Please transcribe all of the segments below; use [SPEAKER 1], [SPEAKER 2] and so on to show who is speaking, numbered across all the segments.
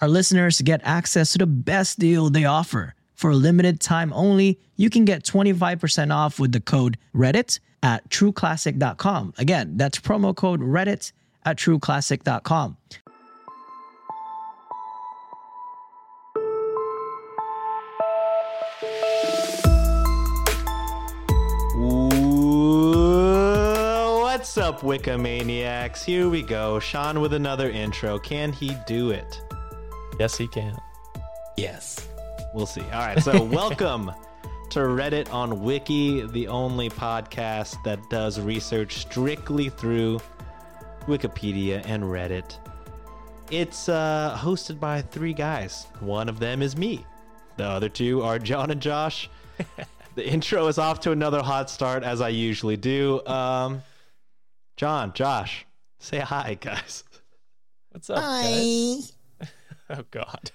[SPEAKER 1] Our listeners get access to the best deal they offer. For a limited time only, you can get 25% off with the code Reddit at trueclassic.com. Again, that's promo code Reddit at trueclassic.com.
[SPEAKER 2] What's up, Wikimaniacs? Here we go. Sean with another intro. Can he do it?
[SPEAKER 3] Yes, he can.
[SPEAKER 2] Yes. We'll see. All right. So, welcome to Reddit on Wiki, the only podcast that does research strictly through Wikipedia and Reddit. It's uh, hosted by three guys. One of them is me, the other two are John and Josh. the intro is off to another hot start, as I usually do. Um, John, Josh, say hi, guys.
[SPEAKER 3] What's up, guys? Oh God.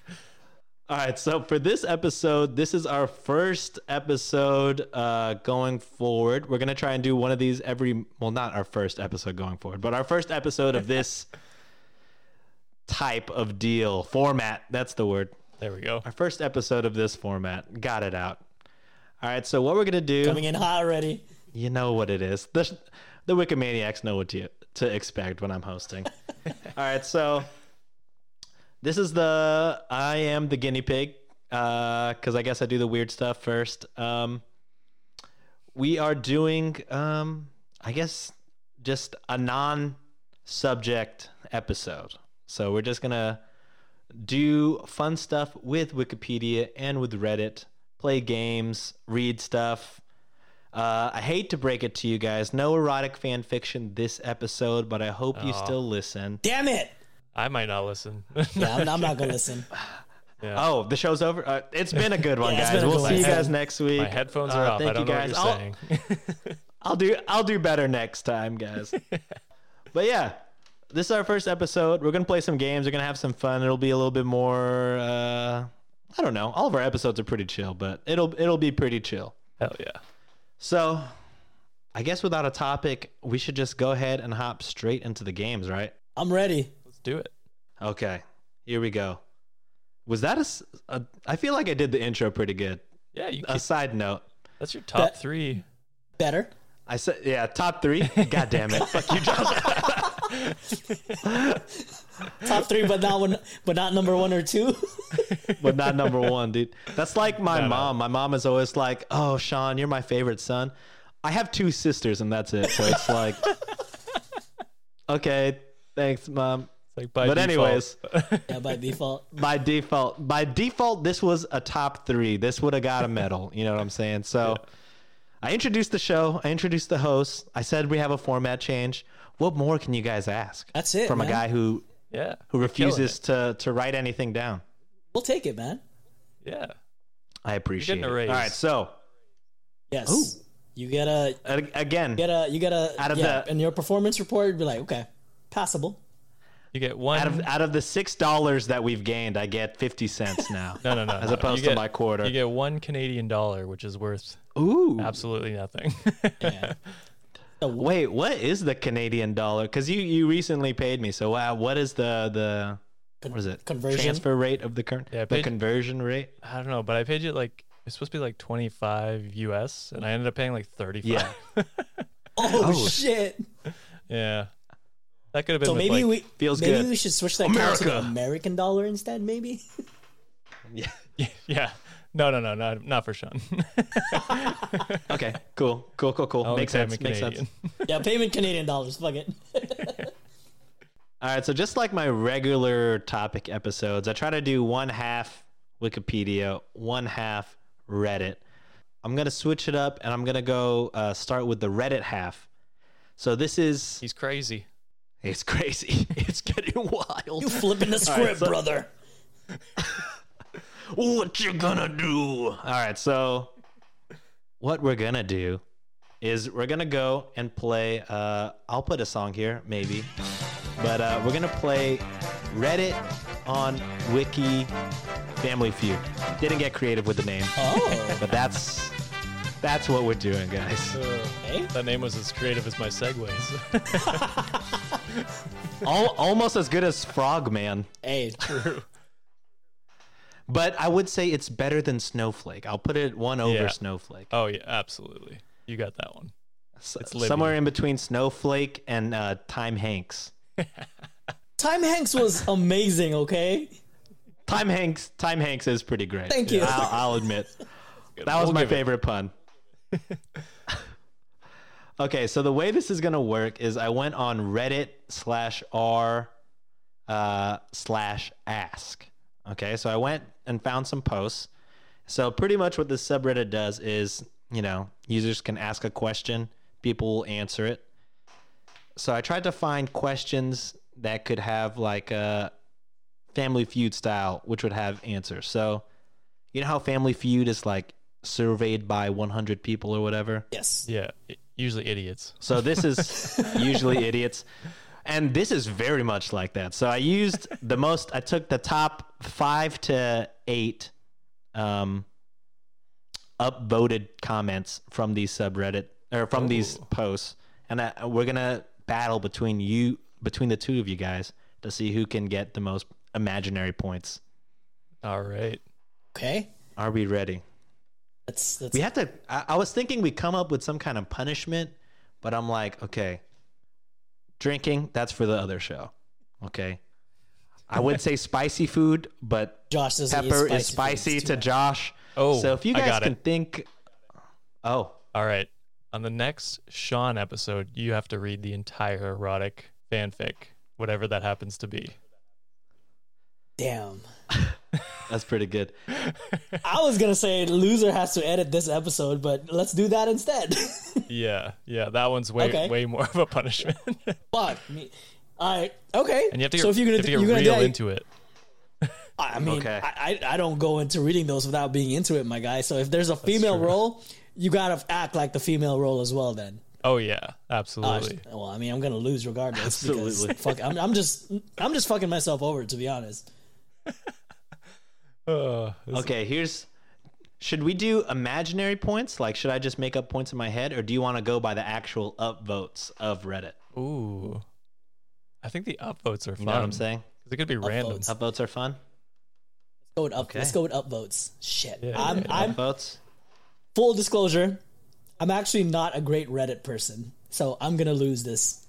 [SPEAKER 2] All right, so for this episode, this is our first episode uh, going forward. We're gonna try and do one of these every. Well, not our first episode going forward, but our first episode of this type of deal format. That's the word.
[SPEAKER 3] There we go.
[SPEAKER 2] Our first episode of this format. Got it out. All right, so what we're gonna do?
[SPEAKER 4] coming in hot already.
[SPEAKER 2] You know what it is. The the Wikimaniacs know what to to expect when I'm hosting. All right, so this is the I am the guinea pig because I guess I do the weird stuff first. Um, we are doing, um, I guess, just a non-subject episode. So we're just gonna do fun stuff with Wikipedia and with Reddit, play games, read stuff. Uh, I hate to break it to you guys, no erotic fan fiction this episode, but I hope you
[SPEAKER 3] Aw.
[SPEAKER 2] still listen.
[SPEAKER 4] Damn it!
[SPEAKER 3] I might not listen.
[SPEAKER 4] Yeah, I'm, I'm not gonna listen.
[SPEAKER 2] Oh, the show's over. Uh, it's been a good one,
[SPEAKER 4] Yeah, it's
[SPEAKER 2] guys.
[SPEAKER 4] been a
[SPEAKER 2] We'll
[SPEAKER 4] good
[SPEAKER 2] see
[SPEAKER 4] one.
[SPEAKER 2] you guys next week.
[SPEAKER 3] My headphones
[SPEAKER 2] Uh,
[SPEAKER 3] are off.
[SPEAKER 2] Thank
[SPEAKER 3] I don't
[SPEAKER 2] you
[SPEAKER 3] know
[SPEAKER 2] guys.
[SPEAKER 3] what you're saying.
[SPEAKER 2] I'll, I'll do. I'll do better next time, guys. but yeah, this is our first episode. We're gonna play some games. We're gonna have some fun. It'll be a little bit more. Uh, I don't know. All of our episodes are pretty chill, but it'll it'll be pretty chill.
[SPEAKER 3] Hell yeah.
[SPEAKER 2] So, I guess without a topic, we should just go ahead and hop straight into the games, right?
[SPEAKER 4] I'm ready.
[SPEAKER 3] Let's do it.
[SPEAKER 2] Okay, here we go. Was that a s a I feel like I did the intro pretty good.
[SPEAKER 3] Yeah, you
[SPEAKER 2] A
[SPEAKER 3] keep-
[SPEAKER 2] side note.
[SPEAKER 3] that's your top
[SPEAKER 4] Uh, that-
[SPEAKER 3] three.
[SPEAKER 4] Better.
[SPEAKER 2] I said, yeah, top three. God damn it. Fuck you, Josh.
[SPEAKER 4] Top three, but not one, but not number one or two.
[SPEAKER 2] But not number one, dude. That's like my
[SPEAKER 3] No, no.
[SPEAKER 2] mom. My mom is always like, oh, Sean, you're my favorite son. I have two sisters, and that's it. So it's like, okay, thanks, mom.
[SPEAKER 3] It's like by
[SPEAKER 2] But,
[SPEAKER 3] default.
[SPEAKER 2] anyways,
[SPEAKER 4] yeah, by default.
[SPEAKER 2] by default, by default, this was a top three. This would have got a medal. You know what I'm saying? So I introduced the show, I introduced the host. I said we have a format change. What more can you guys ask?
[SPEAKER 4] That's it,
[SPEAKER 2] From
[SPEAKER 4] man.
[SPEAKER 2] a guy who
[SPEAKER 3] yeah,
[SPEAKER 2] who
[SPEAKER 3] you're killing
[SPEAKER 2] refuses to to write anything down.
[SPEAKER 4] We'll take it, man.
[SPEAKER 3] it. Yeah,
[SPEAKER 2] I appreciate
[SPEAKER 3] getting
[SPEAKER 2] it.
[SPEAKER 3] a raise.
[SPEAKER 2] All right, so
[SPEAKER 4] Yes.
[SPEAKER 2] Ooh.
[SPEAKER 4] You gotta,
[SPEAKER 2] a- again,
[SPEAKER 4] gotta, you gotta.
[SPEAKER 2] Out of
[SPEAKER 4] yeah,
[SPEAKER 2] the-
[SPEAKER 4] in your performance report, you'd be like, okay, passable.
[SPEAKER 3] you get one.
[SPEAKER 2] out of out of the six dollars that we've gained, I get fifty cents now.
[SPEAKER 3] no, no, no.
[SPEAKER 2] as
[SPEAKER 3] no.
[SPEAKER 2] opposed
[SPEAKER 3] You
[SPEAKER 2] to my quarter.
[SPEAKER 3] You get one Canadian dollar, which is worth
[SPEAKER 2] Ooh,
[SPEAKER 3] absolutely nothing.
[SPEAKER 4] Yeah.
[SPEAKER 2] wait, what is the Canadian dollar? Because you you recently paid me, so wow, what is the the
[SPEAKER 4] Con-
[SPEAKER 2] what is it
[SPEAKER 4] Conversion.
[SPEAKER 2] transfer rate of the current
[SPEAKER 3] Yeah, I
[SPEAKER 2] the
[SPEAKER 3] paid-
[SPEAKER 2] conversion rate?
[SPEAKER 3] I don't know, but I paid you like it's supposed to be like twenty five US, and I ended up paying like thirty five.
[SPEAKER 2] Yeah.
[SPEAKER 4] Oh,
[SPEAKER 2] Oh.
[SPEAKER 4] shit!
[SPEAKER 3] yeah, that could have been.
[SPEAKER 4] So
[SPEAKER 3] with,
[SPEAKER 4] maybe
[SPEAKER 3] like-
[SPEAKER 4] we
[SPEAKER 2] feels
[SPEAKER 4] maybe
[SPEAKER 2] good.
[SPEAKER 4] we should switch that to the
[SPEAKER 2] America.
[SPEAKER 4] American dollar instead. Maybe.
[SPEAKER 2] Yeah.
[SPEAKER 3] Yeah. No, no, no, not not for Sean.
[SPEAKER 2] Okay. Cool. Cool. Cool. Cool.
[SPEAKER 3] I'll
[SPEAKER 2] Makes
[SPEAKER 3] accept
[SPEAKER 2] sense.
[SPEAKER 3] him in
[SPEAKER 2] Makes sense.
[SPEAKER 3] Canadian.
[SPEAKER 4] yeah, payment Canadian dollars. Fuck it.
[SPEAKER 2] All right, so just like my regular topic episodes, I try to do one half Wikipedia, one half Reddit. I'm gonna switch it up, and I'm gonna go uh, start with the Reddit half. So this is
[SPEAKER 3] He's crazy.
[SPEAKER 2] it's crazy, it's getting
[SPEAKER 4] You
[SPEAKER 2] wild.
[SPEAKER 4] flipping the script,
[SPEAKER 2] so-
[SPEAKER 4] brother.
[SPEAKER 2] What you gonna do? All right, so what we're gonna do is we're gonna go and play. Uh, I'll put a song here, maybe, but uh, we're gonna play Reddit on Wiki Family Feud. Didn't get creative with the name,
[SPEAKER 4] Oh,
[SPEAKER 2] but that's that's what we're doing, guys.
[SPEAKER 4] okay.
[SPEAKER 3] That name was as creative as my segues.
[SPEAKER 2] Al- almost as good as Frogman.
[SPEAKER 4] Hey,
[SPEAKER 2] But I would say it's better than Snowflake. I'll put it one over
[SPEAKER 3] Yeah.
[SPEAKER 2] Snowflake.
[SPEAKER 3] oh yeah, absolutely. You got that one.
[SPEAKER 2] S-
[SPEAKER 3] it's Libby.
[SPEAKER 2] somewhere in between Snowflake and uh, Time Hanks.
[SPEAKER 4] Time Hanks was amazing. Okay,
[SPEAKER 2] Time Hanks. Time Hanks is pretty great.
[SPEAKER 4] Thank you.
[SPEAKER 2] I'll, I'll admit that was
[SPEAKER 3] We'll
[SPEAKER 2] my
[SPEAKER 3] give it.
[SPEAKER 2] favorite pun. okay, so the way this is gonna work is I went on Reddit slash r uh, slash ask. Okay, so I went and found some posts. So pretty much what this subreddit does is, you know, users can ask a question, people will answer it. So I tried to find questions that could have like a Family Feud style, which would have answers. So you know how Family Feud is like surveyed by 100 people or whatever.
[SPEAKER 4] yes.
[SPEAKER 3] Yeah, i- usually idiots.
[SPEAKER 2] So this is usually idiots. And this is very much like that. So I used the most, I took the top five to eight um, upvoted comments from these subreddit or from these posts. And I, we're going to battle between you, between the two of you guys to see who can get the most imaginary points.
[SPEAKER 3] All right.
[SPEAKER 4] Okay,
[SPEAKER 2] Are we ready?
[SPEAKER 4] that's that's.
[SPEAKER 2] We have to. I, I was thinking we come up with some kind of punishment, but I'm like, okay, drinking, that's for the other show. Okay. I would say spicy food, but
[SPEAKER 4] Josh doesn't eat
[SPEAKER 2] pepper is
[SPEAKER 4] spicy
[SPEAKER 2] spicy
[SPEAKER 4] foods
[SPEAKER 2] to
[SPEAKER 4] too much.
[SPEAKER 2] Josh.
[SPEAKER 3] Oh,
[SPEAKER 2] so if you
[SPEAKER 3] I
[SPEAKER 2] guys
[SPEAKER 3] got it.
[SPEAKER 2] can think, oh,
[SPEAKER 3] All right. On the next Sean episode, you have to read the entire erotic fanfic, whatever that happens to be.
[SPEAKER 4] Damn.
[SPEAKER 2] that's pretty good.
[SPEAKER 4] I was gonna say loser has to edit this episode, but let's do that instead.
[SPEAKER 3] Yeah, yeah, that one's way
[SPEAKER 4] Okay.
[SPEAKER 3] way more of a punishment. and
[SPEAKER 4] Fuck me. All right. Okay.
[SPEAKER 3] you have to get,
[SPEAKER 4] so if you're
[SPEAKER 3] you
[SPEAKER 4] gonna
[SPEAKER 3] have to get
[SPEAKER 4] you're gonna do
[SPEAKER 3] real
[SPEAKER 4] that,
[SPEAKER 3] into it.
[SPEAKER 4] I I mean,
[SPEAKER 2] Okay.
[SPEAKER 4] I, I I don't go into reading those without being into it, my guy. So if there's a female
[SPEAKER 3] true.
[SPEAKER 4] role, you gotta act like the female role as well. Then,
[SPEAKER 3] Oh yeah,
[SPEAKER 4] Gosh.
[SPEAKER 3] absolutely.
[SPEAKER 4] well, I mean, I'm gonna lose regardless.
[SPEAKER 2] Absolutely.
[SPEAKER 4] Because fuck, I'm, I'm just I'm just fucking myself over to be honest.
[SPEAKER 3] Uh, this-
[SPEAKER 2] Okay, here's. Should we do imaginary points? Like, should I just make up points in my head, or do you want to go by the actual upvotes of Reddit?
[SPEAKER 3] Ooh, I think the upvotes are fun.
[SPEAKER 2] You know what I'm saying?
[SPEAKER 3] 'Cause It could be random.
[SPEAKER 4] Upvotes.
[SPEAKER 2] Upvotes are fun.
[SPEAKER 4] Let's go with up.
[SPEAKER 2] Okay.
[SPEAKER 4] Let's go with upvotes. Shit.
[SPEAKER 3] Yeah,
[SPEAKER 4] I'm
[SPEAKER 3] yeah, yeah.
[SPEAKER 4] I'm
[SPEAKER 2] Upvotes.
[SPEAKER 4] full disclosure. I'm actually not a great Reddit person, so I'm gonna lose this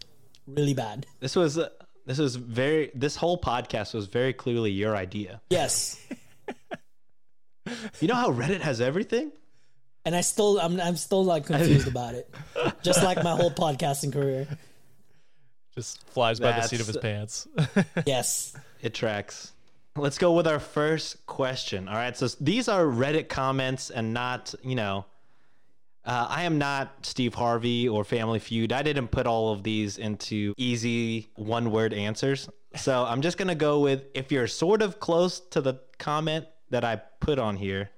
[SPEAKER 4] really bad.
[SPEAKER 2] This was uh, this was very this whole podcast was very clearly your idea.
[SPEAKER 4] Yes.
[SPEAKER 2] You know how Reddit has everything?
[SPEAKER 4] And I still, I'm, I'm still like confused about it, just like my whole podcasting career.
[SPEAKER 3] Just flies by the seat of his pants.
[SPEAKER 4] Yes,
[SPEAKER 2] It tracks. Let's go with our first question. All right, so s- these are Reddit comments and not, you know, uh, I am not Steve Harvey or Family Feud. I didn't put all of these into easy one word answers. So I'm just going to go with if you're sort of close to the comment that I put on here,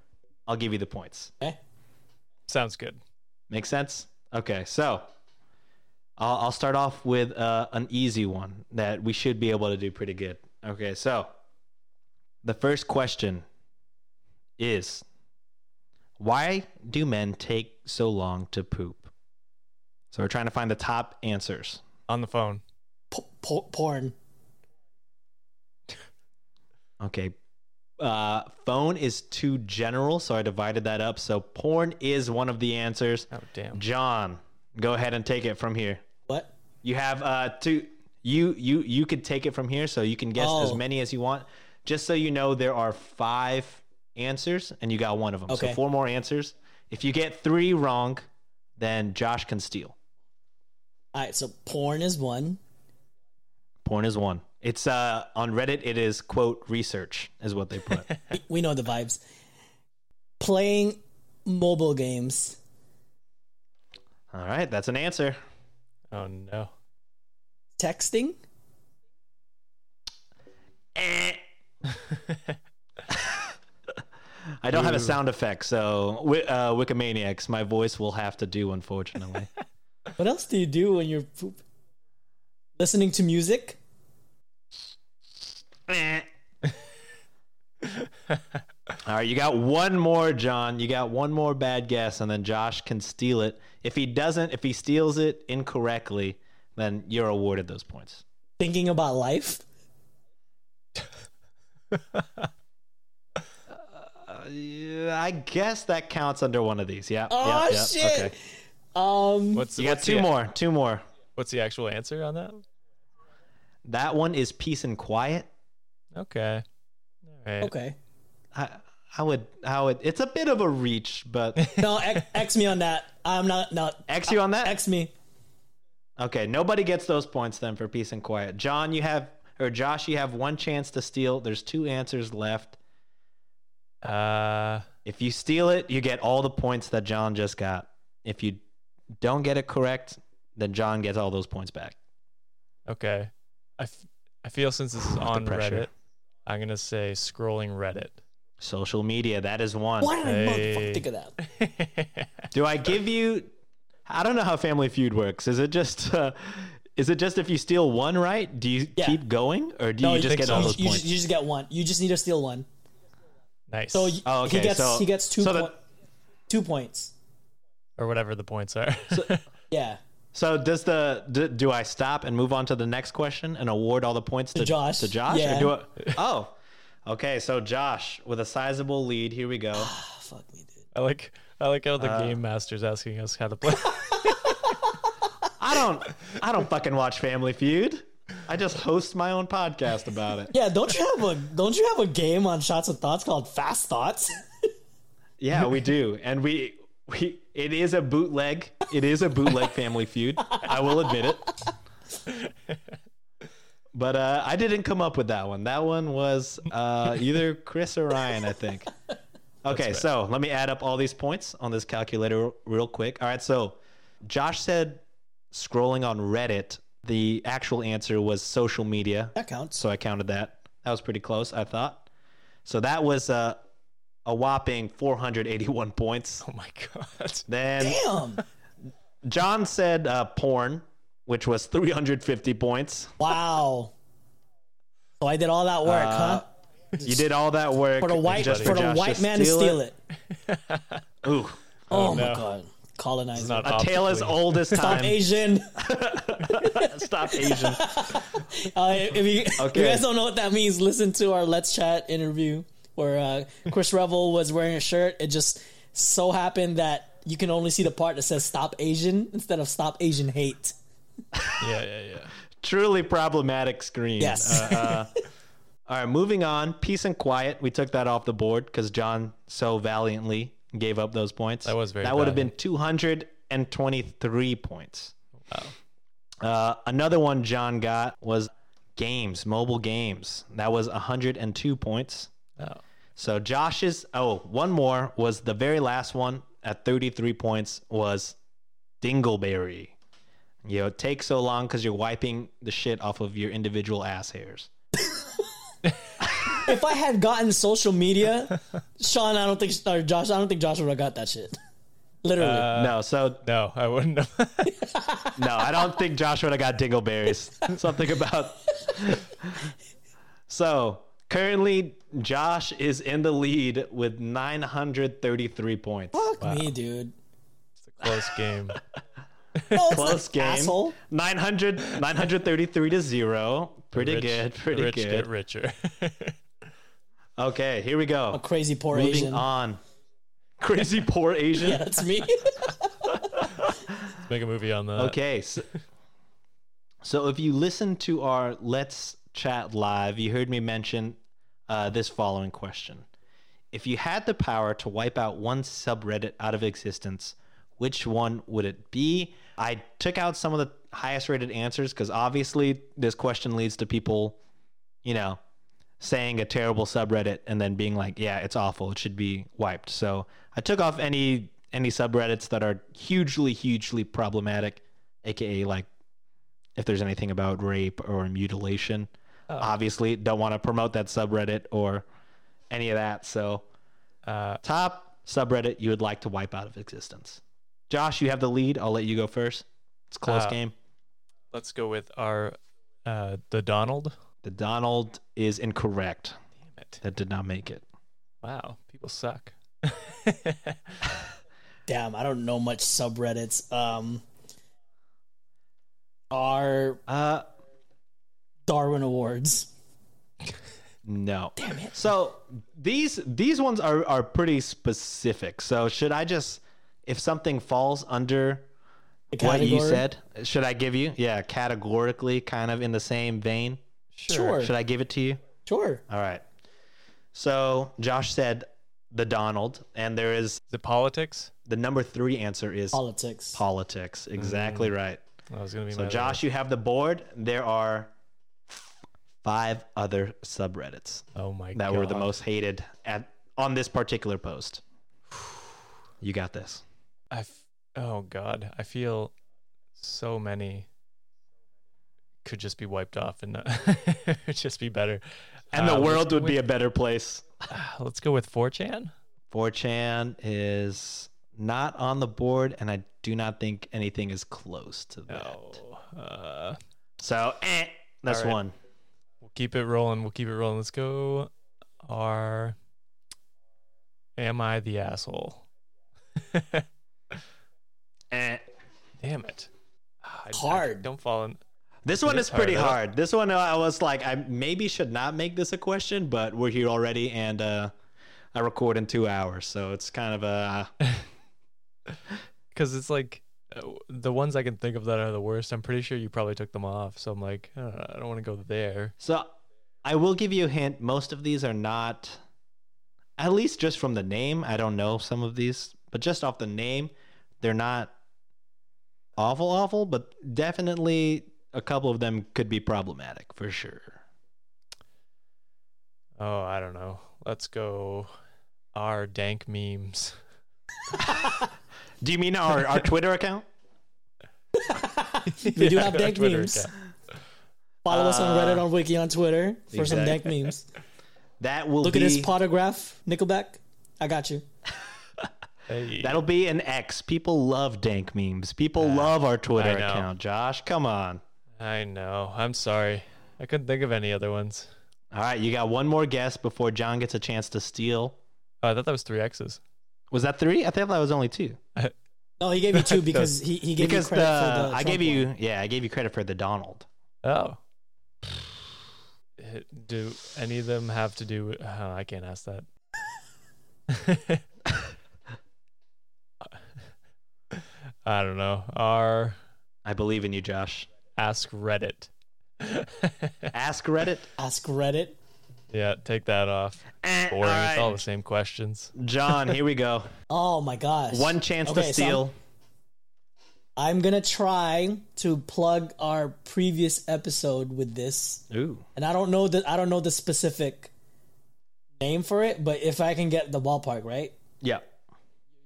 [SPEAKER 2] I'll give you the points.
[SPEAKER 4] okay.
[SPEAKER 3] Sounds good.
[SPEAKER 2] Make sense? Okay, so I'll, I'll start off with uh, an easy one that we should be able to do pretty good. Okay, so the first question is why do men take so long to poop? So we're trying to find the top answers.
[SPEAKER 3] On the phone.
[SPEAKER 4] Po- po- porn.
[SPEAKER 2] Okay. Uh, phone is too general, so I divided that up. So porn is one of the answers.
[SPEAKER 3] Oh damn.
[SPEAKER 2] John, go ahead and take it from here.
[SPEAKER 4] What?
[SPEAKER 2] You have uh two you you you could take it from here so you can guess as
[SPEAKER 4] Oh.
[SPEAKER 2] many as you want. Just so you know there are 5 answers and you got one of them. So
[SPEAKER 4] Okay.
[SPEAKER 2] four more answers. If you get 3 wrong, then Josh can steal.
[SPEAKER 4] All right, so porn is one.
[SPEAKER 2] Porn is one. It's uh on Reddit it is quote research is what they put.
[SPEAKER 4] We- We know the vibes. Playing mobile games.
[SPEAKER 2] All right, that's an answer.
[SPEAKER 3] Oh no.
[SPEAKER 4] Texting?
[SPEAKER 2] Eh. I don't have a sound effect, so wi- uh, Wikimaniacs, my voice will have to do, unfortunately.
[SPEAKER 4] What else do you do when you're poop? listening to music?
[SPEAKER 2] All right, you got one more, John. You got one more bad guess, and then Josh can steal it. If he doesn't, if he steals it incorrectly, then you're awarded those points.
[SPEAKER 4] Thinking about life? Uh,
[SPEAKER 2] Yeah, I guess that counts under one of these. Yeah.
[SPEAKER 4] Oh
[SPEAKER 2] yeah, yeah,
[SPEAKER 4] shit!
[SPEAKER 2] Okay.
[SPEAKER 4] Um,
[SPEAKER 3] What's
[SPEAKER 2] You got
[SPEAKER 3] what's
[SPEAKER 2] two
[SPEAKER 3] the,
[SPEAKER 2] more. Two more.
[SPEAKER 3] What's the actual answer on that?
[SPEAKER 2] That one is peace and quiet.
[SPEAKER 3] Okay. All right.
[SPEAKER 4] okay.
[SPEAKER 2] I, I would. I would. It's a bit of a reach, but
[SPEAKER 4] No, X, X me on that. I'm not not
[SPEAKER 2] X you on that.
[SPEAKER 4] X me.
[SPEAKER 2] Okay, nobody gets those points then for peace and quiet. John, you have or Josh, you have one chance to steal. There's two answers left.
[SPEAKER 3] Uh,
[SPEAKER 2] If you steal it, you get all the points that John just got. If you don't get it correct, then John gets all those points back.
[SPEAKER 3] okay. I, f- I feel since this is on
[SPEAKER 2] pressure.
[SPEAKER 3] Reddit, I'm gonna say scrolling Reddit.
[SPEAKER 2] Social media, that is one.
[SPEAKER 4] Why did I motherfucker
[SPEAKER 3] Hey.
[SPEAKER 4] think of that?
[SPEAKER 2] Do I give you I don't know how Family Feud works. Is it just uh, is it just if you steal one right, do you
[SPEAKER 4] Yeah.
[SPEAKER 2] keep going or do
[SPEAKER 4] No,
[SPEAKER 2] you
[SPEAKER 4] you
[SPEAKER 2] just
[SPEAKER 3] think
[SPEAKER 2] get
[SPEAKER 3] so.
[SPEAKER 2] all
[SPEAKER 4] You,
[SPEAKER 2] those
[SPEAKER 4] you,
[SPEAKER 2] points?
[SPEAKER 4] just, you just get one. You just need to steal one.
[SPEAKER 3] nice.
[SPEAKER 4] So y-
[SPEAKER 2] Oh, okay,
[SPEAKER 4] he gets
[SPEAKER 2] so-
[SPEAKER 4] he gets two
[SPEAKER 2] so
[SPEAKER 4] point,
[SPEAKER 2] that-
[SPEAKER 4] two points.
[SPEAKER 3] or whatever the points are.
[SPEAKER 4] Yeah,
[SPEAKER 2] So does the do, do I stop and move on to the next question and award all the points to,
[SPEAKER 4] Josh.
[SPEAKER 2] To Josh?
[SPEAKER 4] Yeah.
[SPEAKER 2] Or do I, oh, okay. So Josh with a sizable lead. Here we go.
[SPEAKER 4] oh, fuck me, dude.
[SPEAKER 3] I like I like how the
[SPEAKER 2] Uh.
[SPEAKER 3] game master's asking us how to play. Oh
[SPEAKER 2] I don't I don't fucking watch Family Feud. I just host my own podcast about it.
[SPEAKER 4] Yeah, don't you have a don't you have a game on Shots and Thoughts called Fast Thoughts?
[SPEAKER 2] Yeah, we do, and we we it is a bootleg. It is a bootleg Family Feud. I will admit it. But uh, I didn't come up with that one. That one was uh, either Chris or Ryan, I think. Okay, so let me add up all these points on this calculator real quick. All right, so Josh said scrolling on Reddit. The actual answer was social media.
[SPEAKER 4] that counts.
[SPEAKER 2] So I counted that. That was pretty close, I thought. So that was uh, a whopping 481 points.
[SPEAKER 3] oh my god.
[SPEAKER 2] Then
[SPEAKER 4] Damn!
[SPEAKER 2] John said uh, porn, which was 350 points.
[SPEAKER 4] Wow. So I did all that work, huh?
[SPEAKER 2] You did all that work
[SPEAKER 4] For the white
[SPEAKER 2] Uh, just
[SPEAKER 4] for the
[SPEAKER 2] Josh
[SPEAKER 4] white man to steal it.
[SPEAKER 2] Ooh,
[SPEAKER 4] Oh, my god, colonizer.
[SPEAKER 3] Not
[SPEAKER 2] a tale as
[SPEAKER 3] optically.
[SPEAKER 2] old as
[SPEAKER 4] Stop
[SPEAKER 2] time.
[SPEAKER 4] Asian.
[SPEAKER 2] Stop Asian.
[SPEAKER 4] Uh, if, you, if you
[SPEAKER 2] Okay.
[SPEAKER 4] guys don't know what that means, listen to our Let's Chat interview where uh, Chris Revel was wearing a shirt. It just so happened that you can only see the part that says "Stop Asian" instead of "Stop Asian Hate."
[SPEAKER 3] Yeah, yeah, yeah.
[SPEAKER 2] Truly problematic screen. Uh,
[SPEAKER 4] Yes,
[SPEAKER 2] All right, moving on. Peace and quiet. We took that off the board because John so valiantly gave up those points. That
[SPEAKER 3] was very
[SPEAKER 2] That would have been 223 points. Wow. Uh, another one John got was games, mobile games. That was 102 points.
[SPEAKER 3] Oh.
[SPEAKER 2] So Josh's, oh, one more was the very last one at 33 points was Dingleberry. You know, it takes so long because you're wiping the shit off of your individual ass hairs.
[SPEAKER 4] if I had gotten social media, Sean, I don't think or Josh, I don't think Josh would have got that shit. Literally,
[SPEAKER 2] no, so
[SPEAKER 3] No, I wouldn't have.
[SPEAKER 2] No, I don't think Josh would have got dingleberries. Something about. so currently, Josh is in the lead with 933 points.
[SPEAKER 4] fuck me, dude.
[SPEAKER 3] Close game.
[SPEAKER 4] No, it's
[SPEAKER 2] Close
[SPEAKER 4] Close
[SPEAKER 2] game.
[SPEAKER 4] asshole.
[SPEAKER 2] 900, 933 to zero. Pretty
[SPEAKER 3] Rich-
[SPEAKER 2] good. Pretty
[SPEAKER 3] rich
[SPEAKER 2] good.
[SPEAKER 3] Get richer.
[SPEAKER 2] Okay, here we go.
[SPEAKER 4] Crazy poor
[SPEAKER 2] Moving
[SPEAKER 4] Asian.
[SPEAKER 2] on. Crazy poor Asian.
[SPEAKER 4] Yeah, that's me.
[SPEAKER 3] Make a movie on that.
[SPEAKER 2] Okay. So, so if you listen to our Let's Chat Live, you heard me mention uh, this following question. If you had the power to wipe out one subreddit out of existence, which one would it be? I took out some of the highest rated answers because obviously this question leads to people, you know, saying a terrible subreddit and then being like, yeah, it's awful. It should be wiped. So I took off any any subreddits that are hugely, hugely problematic, aka like if there's anything about rape or mutilation. Obviously, don't want to promote that subreddit or any of that. So
[SPEAKER 3] Uh,
[SPEAKER 2] Top subreddit you would like to wipe out of existence. Josh, you have the lead. I'll let you go first. It's a close
[SPEAKER 3] Uh,
[SPEAKER 2] game.
[SPEAKER 3] let's go with our uh, the Donald.
[SPEAKER 2] The Donald is incorrect.
[SPEAKER 3] Damn it!
[SPEAKER 2] That did not make it.
[SPEAKER 3] Wow, people suck.
[SPEAKER 4] Damn, I don't know much subreddits. Um, our
[SPEAKER 2] Uh,
[SPEAKER 4] Darwin Awards.
[SPEAKER 2] no. Damn it. So these these ones are are pretty specific. So should I just if something falls under
[SPEAKER 4] The
[SPEAKER 2] what you
[SPEAKER 4] category.
[SPEAKER 2] said, should I give you? Yeah, categorically, kind of in the same vein.
[SPEAKER 4] Sure.
[SPEAKER 2] Should I give it to you?
[SPEAKER 4] Sure.
[SPEAKER 2] All right. So Josh said the Donald, and there is
[SPEAKER 3] Is it politics?
[SPEAKER 2] the number three answer is
[SPEAKER 4] Politics.
[SPEAKER 2] politics. Exactly right.
[SPEAKER 3] That was gonna be
[SPEAKER 2] So
[SPEAKER 3] my
[SPEAKER 2] Josh, you have the board. There are five other subreddits
[SPEAKER 3] other- Oh my
[SPEAKER 2] that
[SPEAKER 3] god.
[SPEAKER 2] were the most hated at on this particular post. You got this.
[SPEAKER 3] I f- oh god, I feel so many could just be wiped off and it would just be better.
[SPEAKER 2] And the
[SPEAKER 3] Uh, let's
[SPEAKER 2] world
[SPEAKER 3] go
[SPEAKER 2] would be a better place.
[SPEAKER 3] with- uh, Let's go with 4chan.
[SPEAKER 2] 4chan is not on the board, and I do not think anything is close to that.
[SPEAKER 3] Oh, uh,
[SPEAKER 2] So, eh, that's
[SPEAKER 3] All right.
[SPEAKER 2] one.
[SPEAKER 3] we'll keep it rolling. We'll keep it rolling. Let's go. Our am I the asshole?
[SPEAKER 2] Eh.
[SPEAKER 3] Damn it! Ah, I- I
[SPEAKER 4] Hard.
[SPEAKER 3] don't fall in.
[SPEAKER 2] This one
[SPEAKER 3] is
[SPEAKER 2] is pretty
[SPEAKER 3] hard, huh?
[SPEAKER 2] hard. This one, uh, I was like, I maybe should not make this a question, but we're here already, and uh, I record in two hours, so it's kind of a
[SPEAKER 3] because it's like uh, w- the ones I can think of that are the worst. I'm pretty sure you probably took them off. So I'm like, I don't, know, I don't want to go there.
[SPEAKER 2] So I will give you a hint. Most of these are not, at least just from the name. I don't know some of these, but just off the name, they're not awful, awful, but definitely a couple of them could be problematic for sure.
[SPEAKER 3] Oh, I don't know. Let's go. Our dank memes.
[SPEAKER 2] Do you mean our, our Twitter account?
[SPEAKER 4] We do have
[SPEAKER 3] Our
[SPEAKER 4] dank
[SPEAKER 3] Twitter
[SPEAKER 4] memes.
[SPEAKER 3] account.
[SPEAKER 4] Follow us on
[SPEAKER 2] Uh,
[SPEAKER 4] Reddit, on Wiki, on Twitter for some dank
[SPEAKER 2] exactly.
[SPEAKER 4] memes.
[SPEAKER 2] That will
[SPEAKER 4] Look
[SPEAKER 2] be
[SPEAKER 4] at this potograph, Nickelback. I got you.
[SPEAKER 3] Hey,
[SPEAKER 2] that'll be an X. People love dank memes. People love our Twitter
[SPEAKER 3] I know.
[SPEAKER 2] account. Josh, come on.
[SPEAKER 3] I know. I'm sorry. I couldn't think of any other ones.
[SPEAKER 2] All right, you got one more guess before John gets a chance to steal.
[SPEAKER 3] Oh, I thought that was three X's.
[SPEAKER 2] Was that three? I thought that was only two.
[SPEAKER 4] No, he gave you two because he, he gave
[SPEAKER 2] because
[SPEAKER 4] you
[SPEAKER 2] the,
[SPEAKER 4] credit for the.
[SPEAKER 2] I
[SPEAKER 4] Trump
[SPEAKER 2] gave
[SPEAKER 4] one.
[SPEAKER 2] you yeah I gave you credit for the Donald.
[SPEAKER 3] Oh. Eh, Do any of them have to do? With, oh, I can't ask that. I don't know. Our
[SPEAKER 2] I believe in you, Josh.
[SPEAKER 3] ask Reddit.
[SPEAKER 2] Ask Reddit.
[SPEAKER 4] Ask Reddit.
[SPEAKER 3] Yeah, take that off.
[SPEAKER 2] Eh, all
[SPEAKER 3] Boring. It's all
[SPEAKER 2] right,
[SPEAKER 3] the same questions.
[SPEAKER 2] John. Here we go.
[SPEAKER 4] Oh my gosh.
[SPEAKER 2] One chance
[SPEAKER 4] Okay, so
[SPEAKER 2] to
[SPEAKER 4] I'm-
[SPEAKER 2] steal.
[SPEAKER 4] I'm gonna try to plug our previous episode with this,
[SPEAKER 2] Ooh.
[SPEAKER 4] and I don't know the I don't know the specific name for it, but if I can get the ballpark right,
[SPEAKER 2] Yeah.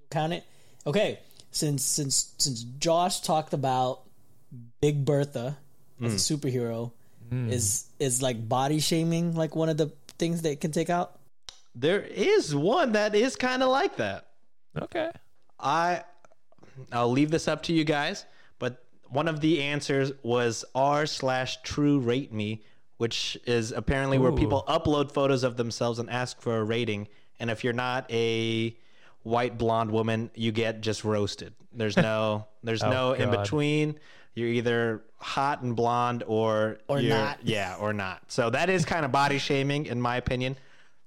[SPEAKER 4] count it. Okay, since since since Josh talked about Big Bertha as
[SPEAKER 2] Hmm.
[SPEAKER 4] a superhero, is is like body shaming like one of the things they can take out?
[SPEAKER 2] There is one that is kind of like that.
[SPEAKER 3] Okay.
[SPEAKER 2] I I'll leave this up to you guys, but one of the answers was r slash true rate me, which is apparently where
[SPEAKER 3] Ooh.
[SPEAKER 2] people upload photos of themselves and ask for a rating. And if you're not a white blonde woman, you get just roasted. There's no there's no in
[SPEAKER 3] Oh, God.
[SPEAKER 2] between. You're either hot and blonde or
[SPEAKER 4] Or
[SPEAKER 2] you're-
[SPEAKER 4] not.
[SPEAKER 2] Yeah, or not. So that is kind of body shaming in my opinion.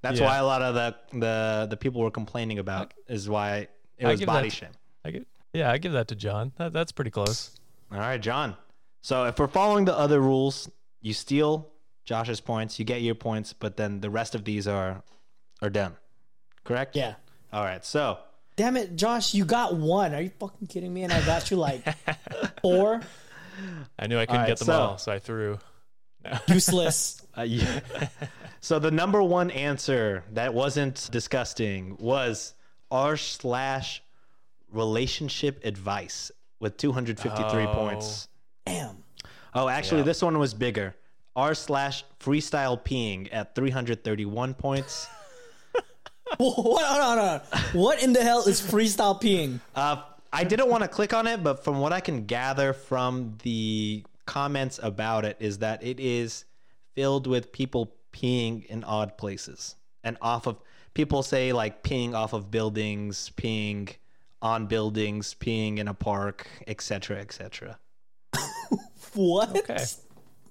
[SPEAKER 2] That's
[SPEAKER 3] Yeah.
[SPEAKER 2] why a lot of the, the the people were complaining about is why it
[SPEAKER 3] I
[SPEAKER 2] was
[SPEAKER 3] give that
[SPEAKER 2] body
[SPEAKER 3] to-
[SPEAKER 2] shame.
[SPEAKER 3] I give, yeah, I give that to John. That, that's pretty close.
[SPEAKER 2] All right, John. So if we're following the other rules, you steal Josh's points, you get your points, but then the rest of these are are done. Correct?
[SPEAKER 4] Yeah.
[SPEAKER 2] All right. So
[SPEAKER 4] Damn it, Josh, you got one. Are you fucking kidding me? And I got you like four.
[SPEAKER 3] I knew I couldn't
[SPEAKER 2] right,
[SPEAKER 3] get them
[SPEAKER 2] so-
[SPEAKER 3] all, so I threw.
[SPEAKER 4] Useless.
[SPEAKER 2] uh, yeah. so the number one answer that wasn't disgusting was r slash relationship advice with 253
[SPEAKER 3] Oh.
[SPEAKER 2] points.
[SPEAKER 4] Damn.
[SPEAKER 2] Oh, actually, this one was bigger. R slash freestyle peeing at 331 points.
[SPEAKER 4] What? Hold on, hold on. What in the hell is freestyle peeing?
[SPEAKER 2] Uh, I didn't want to click on it, but from what I can gather from the comments about it, is that it is filled with people peeing in odd places and off of people say like peeing off of buildings, peeing on buildings, peeing in a park, etc., etc.
[SPEAKER 4] What?
[SPEAKER 3] Okay.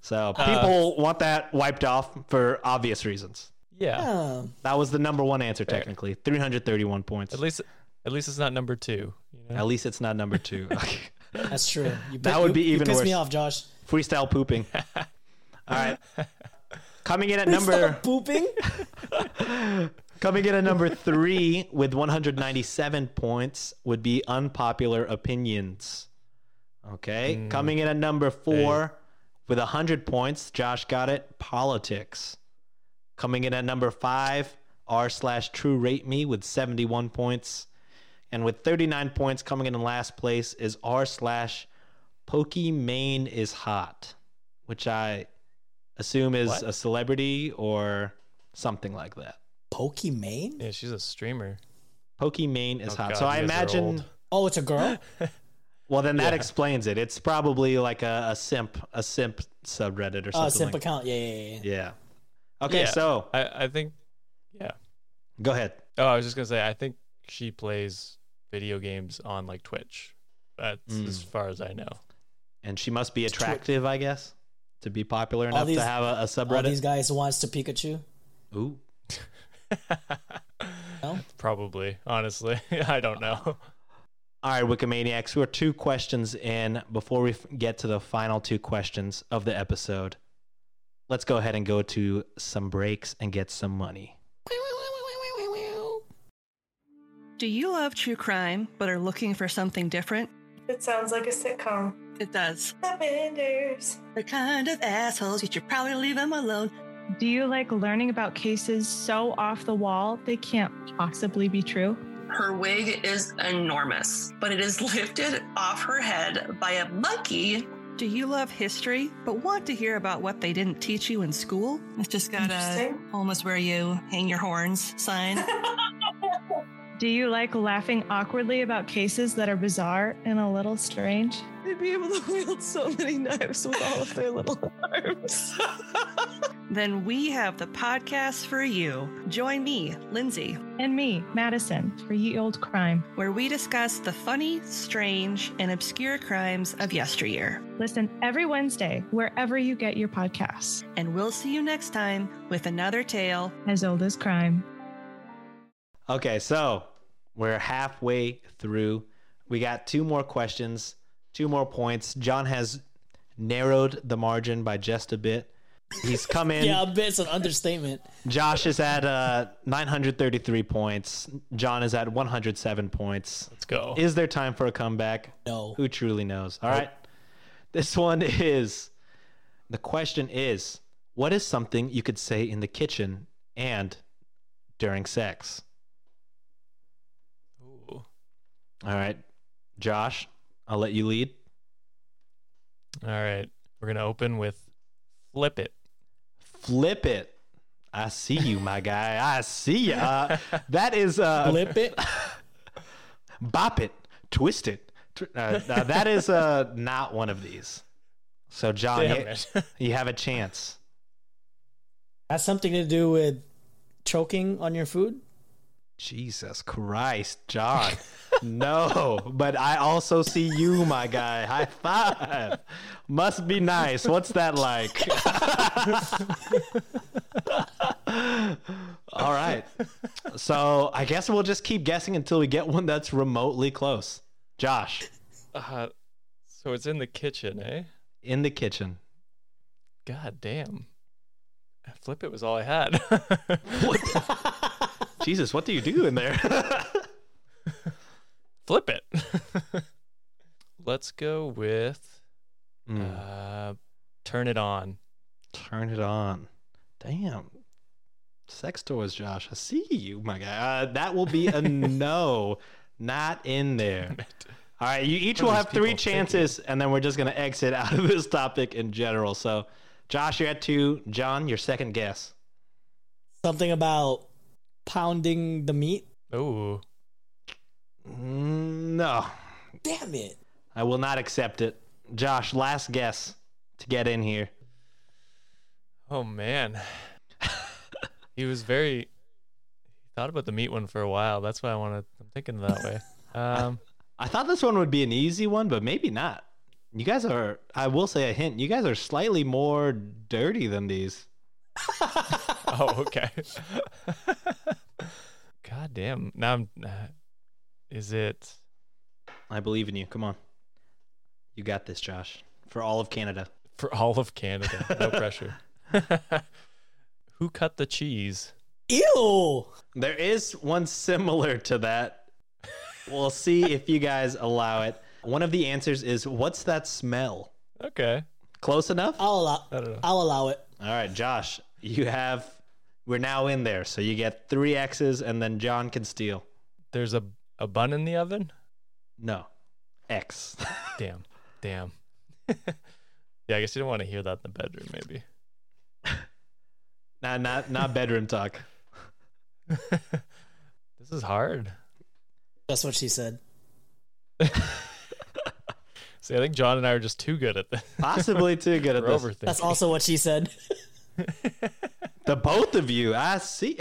[SPEAKER 2] So
[SPEAKER 3] Uh,
[SPEAKER 2] people want that wiped off for obvious reasons.
[SPEAKER 3] Yeah.
[SPEAKER 2] Oh.
[SPEAKER 4] Yeah.
[SPEAKER 2] That was the number one answer technically. 331 points.
[SPEAKER 3] At least at least it's not number two. You know?
[SPEAKER 2] At least it's not number 2. Okay.
[SPEAKER 4] That's true. You
[SPEAKER 2] That
[SPEAKER 4] pi-
[SPEAKER 2] would
[SPEAKER 4] you-
[SPEAKER 2] be
[SPEAKER 4] you
[SPEAKER 2] even
[SPEAKER 4] pissed me
[SPEAKER 2] worse.
[SPEAKER 4] off, Josh.
[SPEAKER 2] Freestyle pooping. All right. Coming in at
[SPEAKER 4] Number
[SPEAKER 2] number
[SPEAKER 4] pooping.
[SPEAKER 2] coming in at number 3 with 197 points would be unpopular opinions. Okay. Coming in at number 4 with 100 points, Josh got it, politics. Coming in at number 5, r slash true rate me with 71 points. And with 39 points coming in in last place is r slash Pokimane is hot, which I assume is
[SPEAKER 3] What?
[SPEAKER 2] a celebrity or something like that.
[SPEAKER 4] Pokimane?
[SPEAKER 3] yeah, she's a streamer.
[SPEAKER 2] Pokimane is
[SPEAKER 3] Oh,
[SPEAKER 2] hot.
[SPEAKER 3] God,
[SPEAKER 2] so I
[SPEAKER 3] you guys are
[SPEAKER 2] imagine.
[SPEAKER 3] old.
[SPEAKER 4] Oh, it's a girl.
[SPEAKER 2] Well, then that explains it. It's probably like a, a simp, a simp subreddit or something.
[SPEAKER 4] Oh, simp
[SPEAKER 2] like-
[SPEAKER 4] account. Yeah, yeah, yeah.
[SPEAKER 2] yeah. Okay,
[SPEAKER 3] Yeah.
[SPEAKER 2] so
[SPEAKER 3] I, I think yeah.
[SPEAKER 2] go ahead.
[SPEAKER 3] Oh, I was just gonna say I think she plays video games on like Twitch. That's as far as I know.
[SPEAKER 2] And she must be attractive, I guess, to be popular enough
[SPEAKER 4] these-
[SPEAKER 2] to have a, a
[SPEAKER 4] yeah. All these
[SPEAKER 2] subreddit.
[SPEAKER 4] guys wants to Pikachu.
[SPEAKER 2] Ooh,
[SPEAKER 4] No?
[SPEAKER 3] Probably, honestly. I don't know.
[SPEAKER 2] All right, Wikimaniacs, we're two questions in before we f- get to the final two questions of the episode. Let's go ahead and go to some breaks and get some money.
[SPEAKER 5] Do you love true crime but are looking for something different?
[SPEAKER 6] It sounds like a sitcom.
[SPEAKER 5] It does.
[SPEAKER 6] The Benders.
[SPEAKER 5] The kind of assholes you should probably leave them alone.
[SPEAKER 7] Do you like learning about cases so off the wall they can't possibly be true?
[SPEAKER 8] Her wig is enormous, but it is lifted off her head by a monkey.
[SPEAKER 5] Do you love history but want to hear about what they didn't teach you in school? It's just got a
[SPEAKER 6] Interesting.
[SPEAKER 5] home is where you hang your horns sign.
[SPEAKER 7] Do you like laughing awkwardly about cases that are bizarre and a little strange?
[SPEAKER 8] They'd be able to wield so many knives with all of their little arms.
[SPEAKER 5] then we have the podcast for you. Join me, Lindsay,
[SPEAKER 7] And me, Madison, for Ye Old Crime.
[SPEAKER 5] where we discuss the funny, strange, and obscure crimes of yesteryear.
[SPEAKER 7] Listen every Wednesday, wherever you get your podcasts.
[SPEAKER 5] And we'll see you next time with another tale
[SPEAKER 7] As old as crime.
[SPEAKER 2] Okay, so we're halfway through. We got two more questions, two more points. John has narrowed the margin by just a bit. He's come in.
[SPEAKER 4] Yeah, a bit. It's an understatement.
[SPEAKER 2] Josh is at uh, 933 points. John is at 107 points.
[SPEAKER 3] Let's go.
[SPEAKER 2] Is there time for a comeback?
[SPEAKER 4] No.
[SPEAKER 2] Who truly knows? All right. This one is the question is what is something you could say in the kitchen and during sex?
[SPEAKER 3] Ooh.
[SPEAKER 2] All right. Josh, I'll let you lead.
[SPEAKER 3] All right. We're gonna open with Flip It.
[SPEAKER 2] Flip it. I see you, my guy. I see you. Uh, that is uh,
[SPEAKER 4] Flip it.
[SPEAKER 2] bop it, twist it. Tw- uh, uh, that is uh, not one of these. So, John,
[SPEAKER 3] Damn
[SPEAKER 2] you,
[SPEAKER 3] it.
[SPEAKER 2] you have a chance.
[SPEAKER 4] Has something to do with choking on your food?
[SPEAKER 2] Jesus Christ, John. no, but I also see you, my guy. High five. Must be nice. What's that like? All right. So I guess we'll just keep guessing until we get one that's remotely close. Josh,
[SPEAKER 3] Uh, so it's in the kitchen, eh?
[SPEAKER 2] in the kitchen.
[SPEAKER 3] God damn. Flip It was all I had.
[SPEAKER 2] Jesus, what do you do in there?
[SPEAKER 3] Flip It. Let's go with
[SPEAKER 2] Mm,
[SPEAKER 3] uh, Turn It On.
[SPEAKER 2] turn it on. Damn. Sex toys, Josh. I see you, my guy. Uh, that will be a no. Not in there. All right, you each
[SPEAKER 3] What
[SPEAKER 2] will
[SPEAKER 3] are
[SPEAKER 2] have
[SPEAKER 3] these
[SPEAKER 2] three
[SPEAKER 3] people thinking?
[SPEAKER 2] chances, and then we're just gonna exit out of this topic in general. So, Josh, you're at two. John, your second guess.
[SPEAKER 4] Something about pounding the meat?
[SPEAKER 3] Oh,
[SPEAKER 2] Mm, No,
[SPEAKER 4] Damn it.
[SPEAKER 2] I will not accept it. Josh, last guess to get in here.
[SPEAKER 3] oh man. he was very. He thought about the meat one for a while. That's why I wanted. I'm thinking that way. Um,
[SPEAKER 2] I thought this one would be an easy one, but maybe not. You guys are, I will say a hint, you guys are slightly more dirty than these.
[SPEAKER 3] oh, okay. God damn. Now I'm. uh, is it?
[SPEAKER 2] I believe in you. Come on. You got this, Josh. For all of Canada.
[SPEAKER 3] for all of Canada. No pressure. Who cut the cheese?
[SPEAKER 4] Ew.
[SPEAKER 2] There is one similar to that. We'll see if you guys allow it. One of the answers is what's that smell?
[SPEAKER 3] Okay.
[SPEAKER 2] Close enough? All
[SPEAKER 4] I'll allow
[SPEAKER 3] I don't know.
[SPEAKER 4] I'll allow it.
[SPEAKER 2] right, Josh, you have we're now in there, so you get three X's and then John can steal.
[SPEAKER 3] There's a, a bun in the oven?
[SPEAKER 2] No. X.
[SPEAKER 3] Damn. Damn. yeah, I guess you don't want to hear that in the bedroom, maybe.
[SPEAKER 2] not not not bedroom talk.
[SPEAKER 3] This is hard.
[SPEAKER 4] That's what she said.
[SPEAKER 3] See, I think John and I are just too good at this.
[SPEAKER 2] Possibly too good at
[SPEAKER 3] We're
[SPEAKER 2] this.
[SPEAKER 3] overthinking.
[SPEAKER 4] That's also what she said.
[SPEAKER 2] The both of you, I see